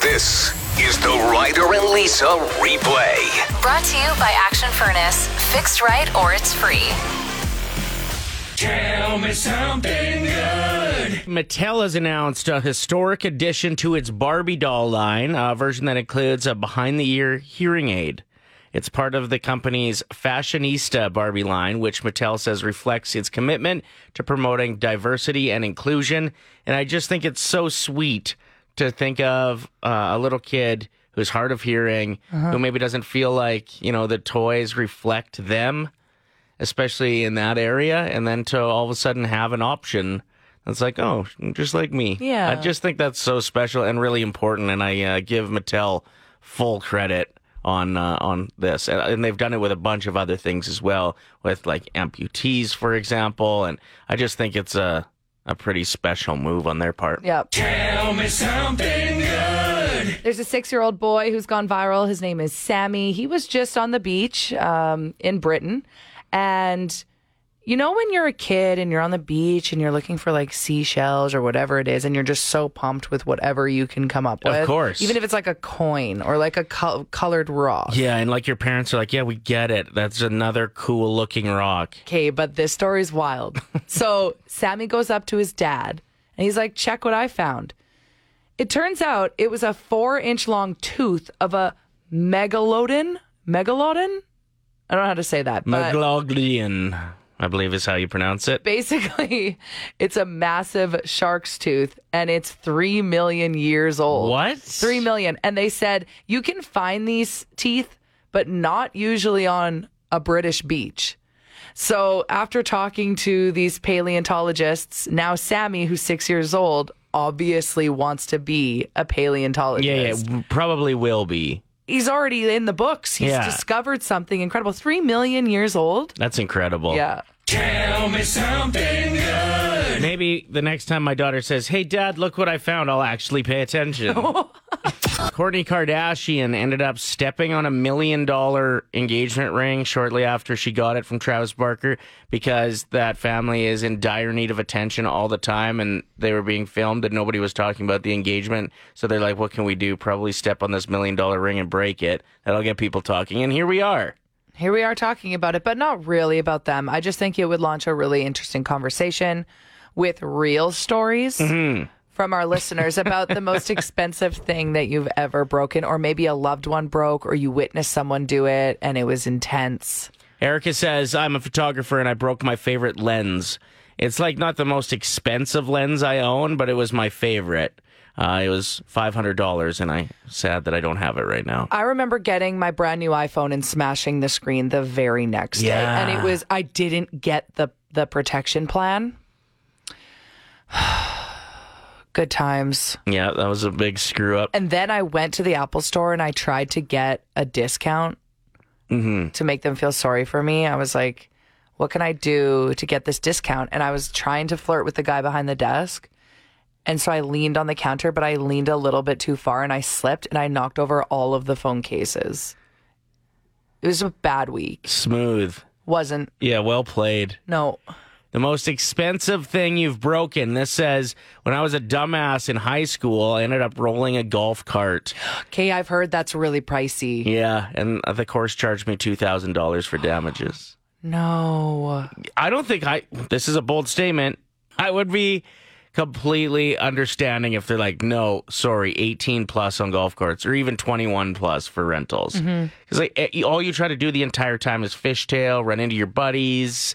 This is the Ryder and Lisa replay. Brought to you by Action Furnace. Fixed right or it's free. Tell me something good. Mattel has announced a historic addition to its Barbie doll line, a version that includes a behind the ear hearing aid. It's part of the company's Fashionista Barbie line, which Mattel says reflects its commitment to promoting diversity and inclusion. And I just think it's so sweet to think of uh, a little kid who's hard of hearing, who maybe doesn't feel like, you know, the toys reflect them especially in that area, and then to all of a sudden have an option that's like, oh, just like me. Yeah. I just think that's so special and really important, and I uh, give Mattel full credit on uh, on this, and, and they've done it with a bunch of other things as well, with like amputees, for example, and I just think it's a a pretty special move on their part. Yep. Tell me something good. There's a six year old boy who's gone viral. His name is Sammy. He was just on the beach um, in Britain. And you know, when you're a kid and you're on the beach and you're looking for like seashells or whatever it is, and you're just so pumped with whatever you can come up Of with. course. Even if it's like a coin or like a col- colored rock. Yeah, and like your parents are like, yeah, we get it. That's another cool looking rock. Okay, but this story's wild. so Sammy goes up to his dad and he's like, check what I found. It turns out it was a four inch long tooth of a megalodon. Megalodon? I don't know how to say that. But Magloglian, I believe is how you pronounce it. basically, it's a massive shark's tooth and it's three million years old. What? Three million. And they said you can find these teeth, but not usually on a British beach. So after talking to these paleontologists, now Sammy, who's six years old, obviously wants to be a paleontologist. Yeah, yeah, w- probably will be. He's already in the books. He's Yeah. discovered something incredible. Three million years old. That's incredible. Yeah. Tell me something good. Maybe the next time my daughter says, Hey, dad, look what I found, I'll actually pay attention. Kourtney Kardashian ended up stepping on a million dollar engagement ring shortly after she got it from Travis Barker because that family is in dire need of attention all the time and they were being filmed and nobody was talking about the engagement. So they're like, What can we do? Probably step on this million dollar ring and break it. That'll get people talking. And here we are. Here we are talking about it, but not really about them. I just think it would launch a really interesting conversation with real stories from our listeners about the most expensive thing that you've ever broken, or maybe a loved one broke, or you witnessed someone do it and it was intense. Erica says, I'm a photographer and I broke my favorite lens. It's like not the most expensive lens I own, but it was my favorite. Uh, it was $500 and I'm sad that I don't have it right now. I remember getting my brand new iPhone and smashing the screen the very next day. Yeah. And it was I didn't get the the protection plan. Good times. Yeah, that was a big screw up. And then I went to the Apple store and I tried to get a discount to make them feel sorry for me. I was like, what can I do to get this discount? And I was trying to flirt with the guy behind the desk. And so I leaned on the counter, but I leaned a little bit too far and I slipped and I knocked over all of the phone cases. It was a bad week. Smooth. Wasn't, Yeah, well played. no. The most expensive thing you've broken. This says, when I was a dumbass in high school, I ended up rolling a golf cart. Okay, I've heard that's really pricey. Yeah, and the course charged me $2,000 for damages. No. I don't think I. This is a bold statement. I would be completely understanding if they're like, no, sorry, 18 plus on golf carts, or even 21 plus for rentals. Because like eh, all you try to do the entire time is fishtail, run into your buddies,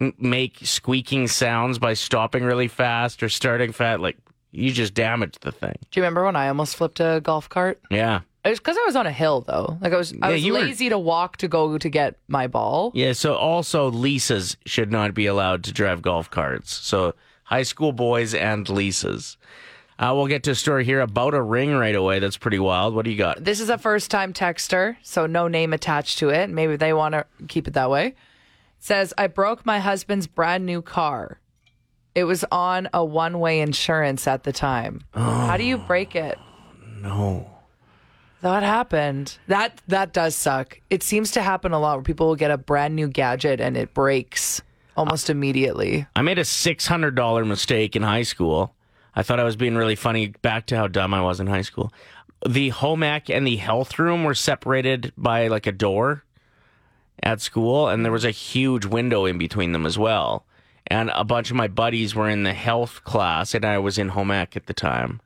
m- make squeaking sounds by stopping really fast or starting fat. Like you just damaged the thing. Do you remember when I almost flipped a golf cart? Yeah. It was because I was on a hill, though. Like I was, I Yeah, was you were- lazy to walk to go to get my ball. Yeah, so also Lisas should not be allowed to drive golf carts. So high school boys and Lisas. Uh, we'll get to a story here about a ring right away. That's pretty wild. What do you got? This is a first-time texter, so no name attached to it. Maybe they want to keep it that way. It says I broke my husband's brand new car. It was on a one-way insurance at the time. How do you break it? Oh, No. That happened. That that does suck. It seems to happen a lot where people will get a brand new gadget and it breaks almost immediately. I made a $600 mistake in high school. I thought I was being really funny back to how dumb I was in high school. the home ec and the health room were separated by like a door at school, and there was a huge window in between them as well. And a bunch of my buddies were in the health class, and I was in home ec at the time.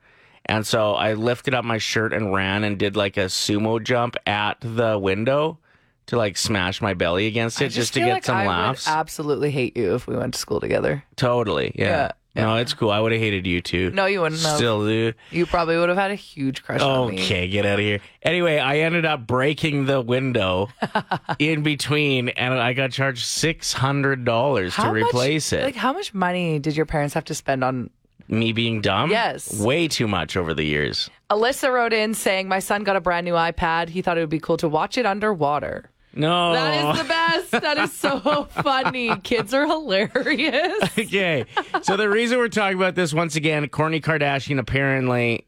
And so I lifted up my shirt and ran and did like a sumo jump at the window to like smash my belly against it just, to feel get like some I would laughs. absolutely hate you if we went to school together. Totally. Yeah. Yeah, No, it's cool. I would have hated you too. No, you wouldn't have. Still do. You probably would have had a huge crush on me. Okay, get out of here. Anyway, I ended up breaking the window in between, and I got charged six hundred dollars to How much- replace it. Like, how much money did your parents have to spend on? Me being dumb. Yes. Way too much over the years. Alyssa wrote in saying, "My son got a brand new iPad. He thought it would be cool to watch it underwater." No. That is the best. That is so funny. Kids are hilarious. okay. So the reason we're talking about this once again, Kourtney Kardashian apparently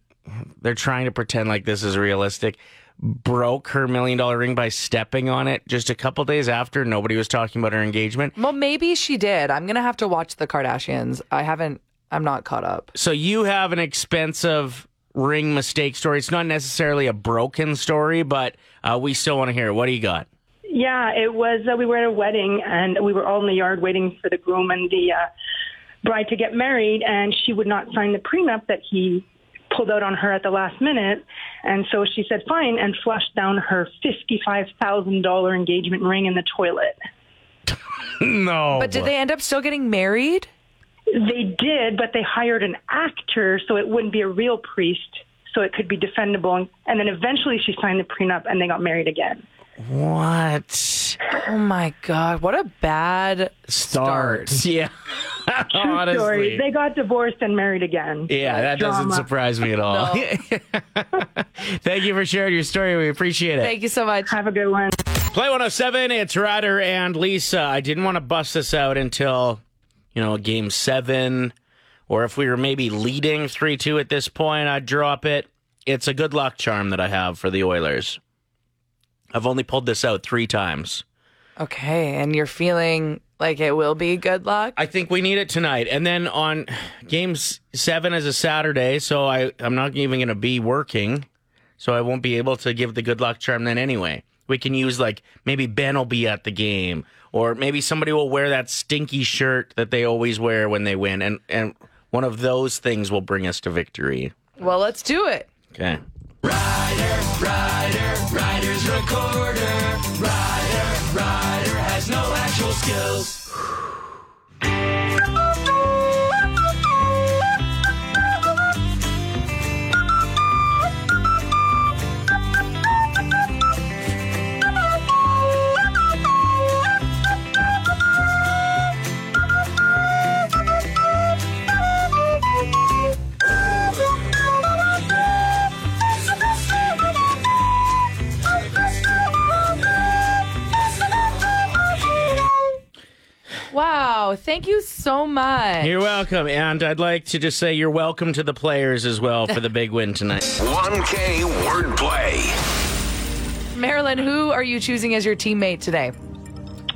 they're trying to pretend like this is realistic. Broke her million dollar ring by stepping on it just a couple days after nobody was talking about her engagement. Well, maybe she did. I'm gonna have to watch the Kardashians. I haven't. I'm not caught up. So you have an expensive ring mistake story. It's not necessarily a broken story, but uh, we still want to hear it. What do you got? Yeah, it was. Uh, we were at a wedding, and we were all in the yard waiting for the groom and the uh, bride to get married, and she would not sign the prenup that he pulled out on her at the last minute, and so she said fine and flushed down her fifty-five thousand dollar engagement ring in the toilet. No. But did they end up still getting married? They did, but they hired an actor so it wouldn't be a real priest, so it could be defendable, and, and then eventually she signed the prenup, and they got married again. What? Oh my god! What a bad start. Yeah. Honestly. Sorry, they got divorced and married again. Yeah, that doesn't Drama. surprise me at all. Thank you for sharing your story. We appreciate it. Thank you so much. Have a good one. Play 107, it's Ryder and Lisa. I didn't want to bust this out until, you know, game seven, or if we were maybe leading 3 2 at this point, I'd drop it. It's a good luck charm that I have for the Oilers. I've only pulled this out three times. Okay, and you're feeling like it will be good luck. I think we need it tonight. And then on game s- seven is a Saturday, so I, I'm not even going to be working. So I won't be able to give the good luck charm then anyway. We can use like maybe Ben will be at the game, or maybe somebody will wear that stinky shirt that they always wear when they win, and and one of those things will bring us to victory. Well, let's do it. Okay. Wow! Thank you so much. You're welcome, and I'd like to just say you're welcome to the players as well for the big win tonight. 1K wordplay. Marilyn, who are you choosing as your teammate today?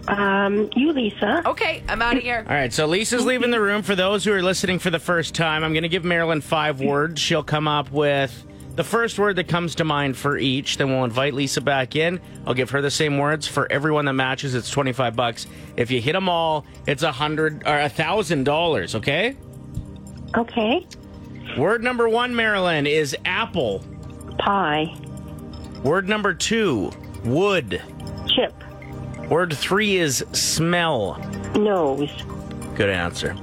Um, you, Lisa. Okay, I'm out of here. All right, so Lisa's leaving the room. For those who are listening for the first time, I'm going to give Marilyn five words. She'll come up with the first word that comes to mind for each. Then we'll invite Lisa back in. I'll give her the same words for everyone that matches. It's 25 bucks. If you hit them all, it's a hundred or a thousand dollars. Okay. Okay. Word number one, Marilyn, is apple. Pie. Word number two, wood. Chip. Word three is smell. Nose. Good answer.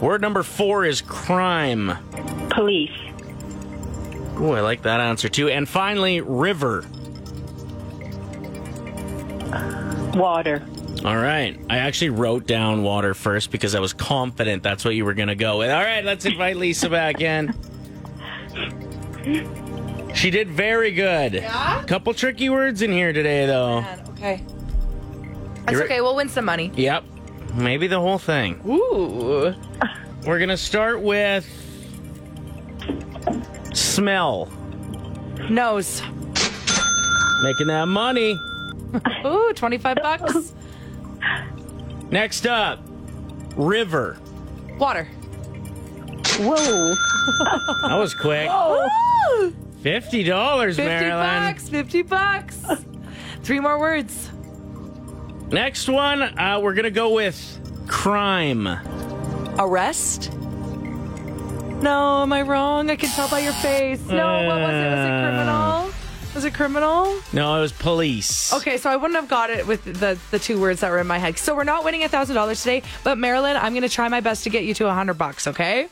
Word number four is crime. Police. Ooh, I like that answer too. And finally, river. Water. All right. I actually wrote down water first because I was confident that's what you were going to go with. All right, let's invite Lisa back in. She did very good. Yeah? Couple tricky words in here today, though. Man, okay. That's You're- okay. We'll win some money. Yep. Maybe the whole thing. Ooh. We're going to start with smell. Nose. Making that money. Ooh, 25 bucks. Next up, river. Water. Whoa. That was quick. Ooh. Oh. Fifty dollars, 50 Marilyn. bucks, 50 bucks. Three more words. Next one, uh, we're gonna go with crime. Arrest? No, am I wrong? I can tell by your face. No, what was it? Was Uh. it criminal? Was it criminal? No, it was police. Okay, so I wouldn't have got it with the, the two words that were in my head. So we're not winning $1,000 today, but Marilyn, I'm going to try my best to get you to 100 bucks, okay?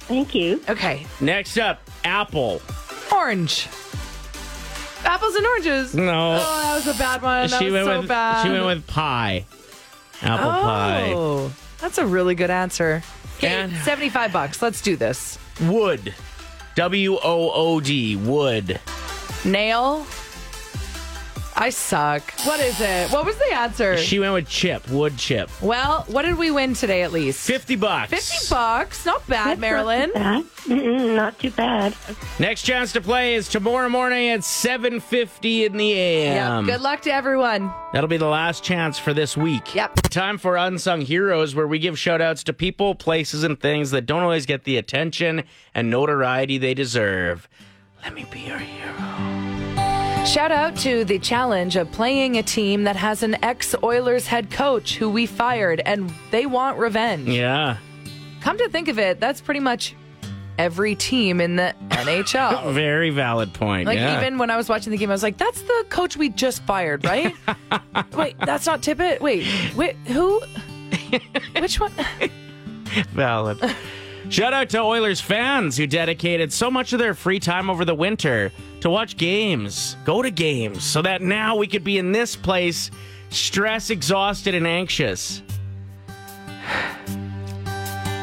Thank you. Okay. Next up, Apple. Orange. Apples and oranges. No. Oh, that was a bad one. That she was went so with bad. she went with pie. Apple pie. Oh, that's a really good answer. Okay, And- 75 bucks. Let's do this. Wood. W O O D. Wood. Nail. I suck. What is it? What was the answer? She went with chip. Wood chip. well, what did we win today at least? Fifty bucks. 50 bucks. Not bad, Marilyn. Not too bad. Mm-mm, not too bad. Next chance to play is tomorrow morning at seven fifty in the Yeah. a.m. Good luck to everyone. That'll be the last chance for this week. Yep. Time for Unsung Heroes, where we give shout outs to people, places, and things that don't always get the attention and notoriety they deserve. Let me be your hero. Shout out to the challenge of playing a team that has an ex Oilers head coach who we fired and they want revenge. Yeah. Come to think of it, that's pretty much every team in the NHL. Very valid point. Like yeah. even when I was watching the game, I was like, "That's the coach we just fired, right? wait, that's not Tippett. Wait, wait, who? Which one? valid. Shout out to Oilers fans who dedicated so much of their free time over the winter to watch games, go to games, so that now we could be in this place, stress, exhausted, and anxious.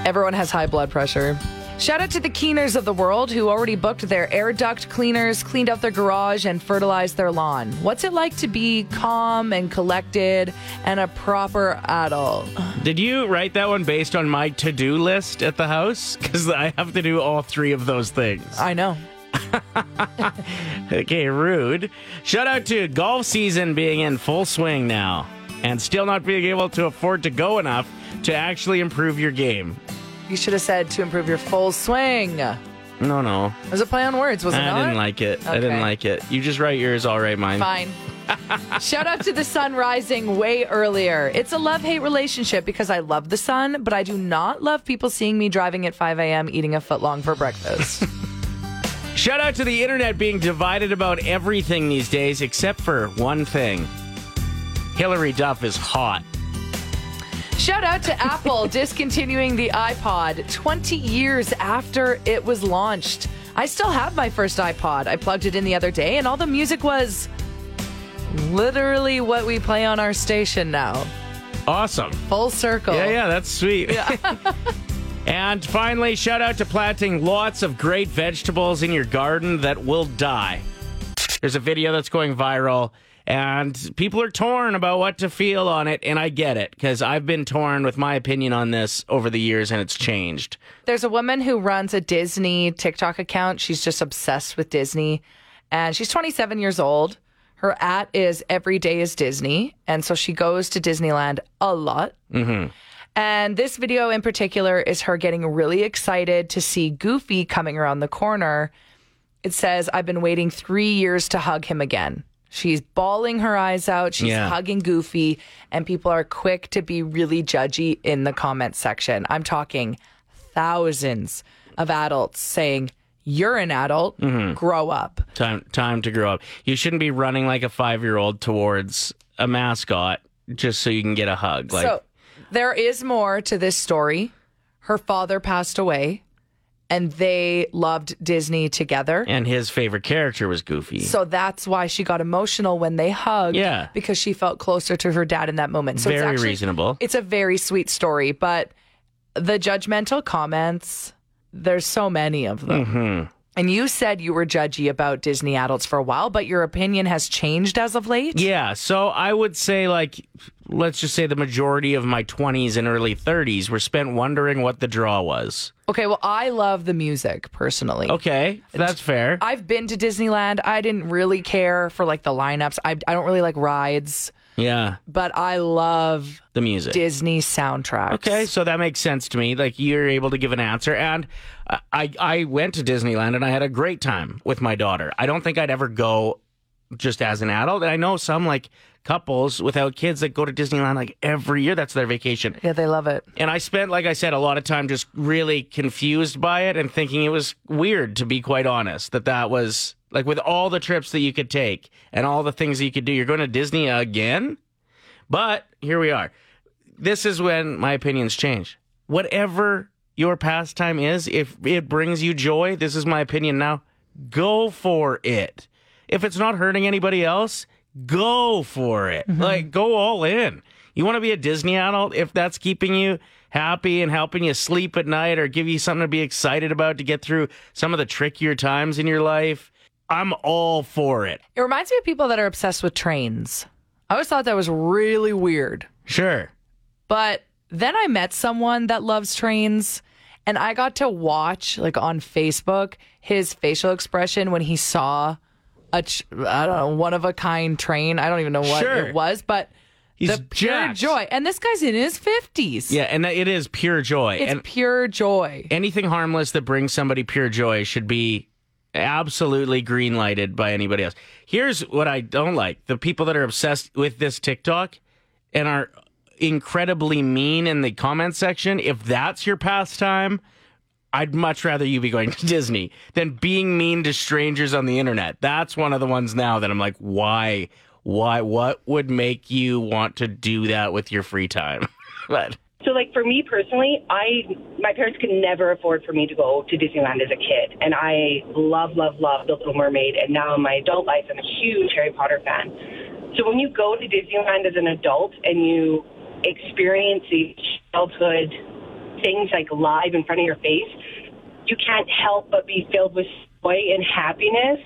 Everyone has high blood pressure. Shout out to the cleaners of the world who already booked their air duct cleaners, cleaned out their garage, and fertilized their lawn. What's it like to be calm and collected and a proper adult? Did you write that one based on my to do list at the house? Because I have to do all three of those things. I know. Okay, rude. Shout out to golf season being in full swing now and still not being able to afford to go enough to actually improve your game. You should have said to improve your full swing. It No, no. was a play on words, was it I not? didn't like it. I didn't Okay. like it. You just write yours, I'll write mine. Fine. Shout out to the sun rising way earlier. It's a love hate relationship because I love the sun, but I do not love people seeing me driving at 5 a.m. eating a footlong for breakfast. Shout out to the internet being divided about everything these days except for one thing Hillary Duff is hot. Shout out to Apple discontinuing the iPod 20 years after it was launched. I still have my first iPod. I plugged it in the other day, and all the music was literally what we play on our station now. Awesome. Full circle. Yeah, yeah, that's sweet. and finally, shout out to planting lots of great vegetables in your garden that will die. There's a video that's going viral, and people are torn about what to feel on it, and I get it because I've been torn with my opinion on this over the years, and it's changed. There's a woman who runs a Disney TikTok account. She's just obsessed with Disney. And she's 27 years old. Her at is every day is Disney. And so she goes to Disneyland a lot. Mm-hmm. And this video in particular is her getting really excited to see Goofy coming around the corner. It says, I've been waiting three years to hug him again. She's bawling her eyes out. She's Yeah. hugging Goofy. And people are quick to be really judgy in the comment section. I'm talking thousands of adults saying, You're an adult, Mm-hmm. grow up. Time, time to grow up. You shouldn't be running like a five year old towards a mascot just so you can get a hug. Like, so there is more to this story. Her father passed away and they loved Disney together. and his favorite character was Goofy. So that's why she got emotional when they hugged. Yeah. Because she felt closer to her dad in that moment. So it's Very actually- reasonable. It's a very sweet story, but the judgmental comments, there's so many of them. Mm-hmm. And you said you were judgy about Disney adults for a while, but your opinion has changed as of late. Yeah, so I would say like let's just say the majority of my 20s and early 30s were spent wondering what the draw was. Okay, well, I love the music personally. Okay, that's fair. I've been to Disneyland. I didn't really care for like the lineups. I, I don't really like rides. Yeah. But I love The music. Disney soundtracks. Okay, so that makes sense to me. Like you're able to give an answer, and uh, I I went to Disneyland and I had a great time with my daughter. I don't think I'd ever go just as an adult. And I know some like couples without kids that go to Disneyland like every year. That's their vacation. Yeah, they love it. And I spent, like I said, a lot of time just really confused by it and thinking it was weird, to be quite honest, that that was like with all the trips that you could take and all the things that you could do, you're going to Disney again? But here we are. This is when my opinions change. Whatever your pastime is, if it brings you joy, this is my opinion now, go for it. If it's not hurting anybody else, go for it. Mm-hmm. Like, go all in. You want to be a Disney adult if that's keeping you happy and helping you sleep at night or give you something to be excited about to get through some of the trickier times in your life. I'm all for it. It reminds me of people that are obsessed with trains. I always thought that was really weird. Sure. But then I met someone that loves trains and I got to watch like on Facebook his facial expression when he saw a tr- I don't know one of a kind train. I don't even know what Sure. it was, but He's the pure jacked. joy. And this guy's in his 50s. Yeah, and that it is pure joy. It's and pure joy. anything harmless that brings somebody pure joy should be absolutely green lighted by anybody else. Here's what I don't like the people that are obsessed with this TikTok and are incredibly mean in the comment section. If that's your pastime, I'd much rather you be going to Disney than being mean to strangers on the internet. That's one of the ones now that I'm like, why? Why? What would make you want to do that with your free time? but So, like for me personally, I my parents could never afford for me to go to Disneyland as a kid, and I love, love, love The Little Mermaid, and now in my adult life, I'm a huge Harry Potter fan. So when you go to Disneyland as an adult and you experience these childhood things like live in front of your face, you can't help but be filled with joy and happiness.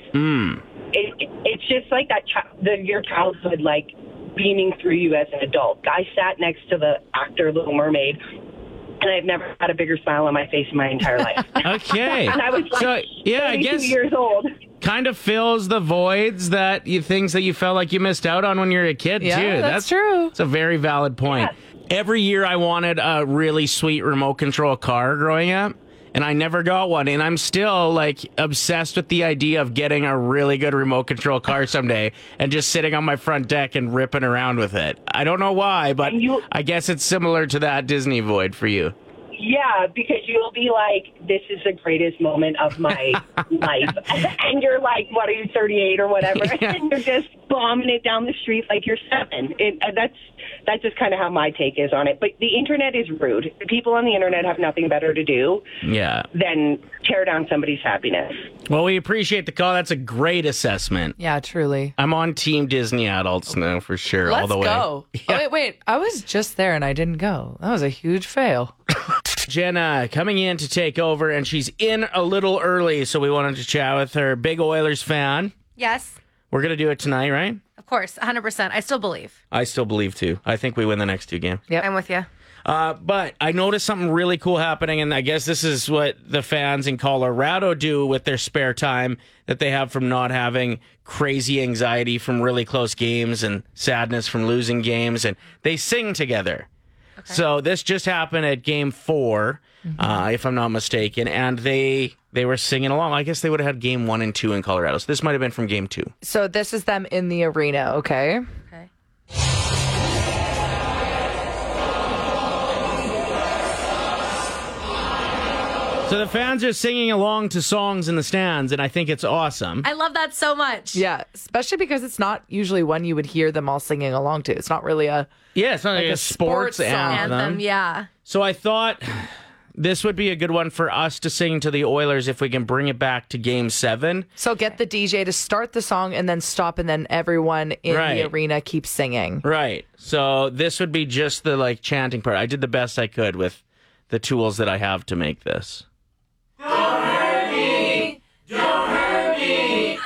It, it, it's just like that chi- the, your childhood, like beaming through you as an adult. I sat next to the actor Little Mermaid, and I've never had a bigger smile on my face in my entire life. okay. and I was like, so, yeah, I 32 guess. years old. kind of fills the voids that you things that you felt like you missed out on when you were a kid Yeah, too. that's true. It's a very valid point. Every year I wanted a really sweet remote control car growing up. And I never got one, and I'm still like obsessed with the idea of getting a really good remote control car someday, and just sitting on my front deck and ripping around with it. I don't know why, but And you- I guess it's similar to that Disney void for you. Yeah, because you'll be like, this is the greatest moment of my life. And you're like, what are you, 38 or whatever? And you're just bombing it down the street like you're seven. It, and that's, that's just kind of how my take is on it. But the internet is rude. People on the internet have nothing better to do Yeah. than tear down somebody's happiness. Well, we appreciate the call. That's a great assessment. Yeah, truly. I'm on Team Disney adults now for sure. all Let's the way. go. Oh, wait, wait. I was just there and I didn't go. That was a huge fail. Jenna coming in to take over, and she's in a little early, so we wanted to chat with her. Big Oilers fan. Yes, We're gonna do it tonight, right? of course, 100%. I still believe. I still believe too. I think we win the next two games. I'm with you. Uh, but I noticed something really cool happening, and I guess this is what the fans in Colorado do with their spare time that they have from not having crazy anxiety from really close games and sadness from losing games, and they sing together. So this just happened at Game 4 uh, if I'm not mistaken, and they they were singing along. I guess they would have had Game One and Two in Colorado, so this might have been from Game Two. So this is them in the arena, okay? Okay. So the fans are singing along to songs in the stands, and I think it's awesome. I love that so much. Yeah, especially because it's not usually one you would hear them all singing along to. It's not really a Yeah, it's not like, Like a, a sports, sports song. anthem. Anthem, yeah. So I thought this would be a good one for us to sing to the Oilers if we can bring it back to game seven. So get the DJ to start the song and then stop, and then everyone in Right. the arena keeps singing. Right. So this would be just the like chanting part. I did the best I could with the tools that I have to make this.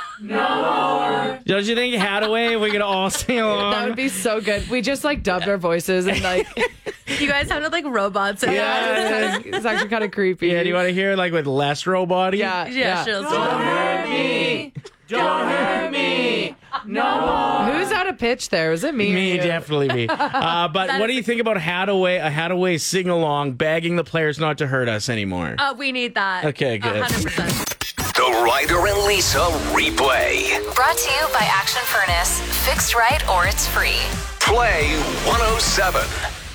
Don't hurt me. Don't hurt me. No more. Don't you think Hadaway, if we could all sing along? That would be so good. We just like dubbed our voices and like You guys sounded like robots. Yeah. it's, it's actually kind of creepy. yeah, do you want to hear like with less robot? yeah, Yeah, yeah. sure. let's do it. Who's out of pitch there. Was it me? or Me, you? definitely me. Uh, but what do you think about Hadaway? A Hadaway sing along, begging the players not to hurt us anymore. Uh, we need that. Okay, A good. hundred percent. The Ryder and Lisa replay. Brought to you oh by Action Furnace. Fixed right or it's free. Play 107.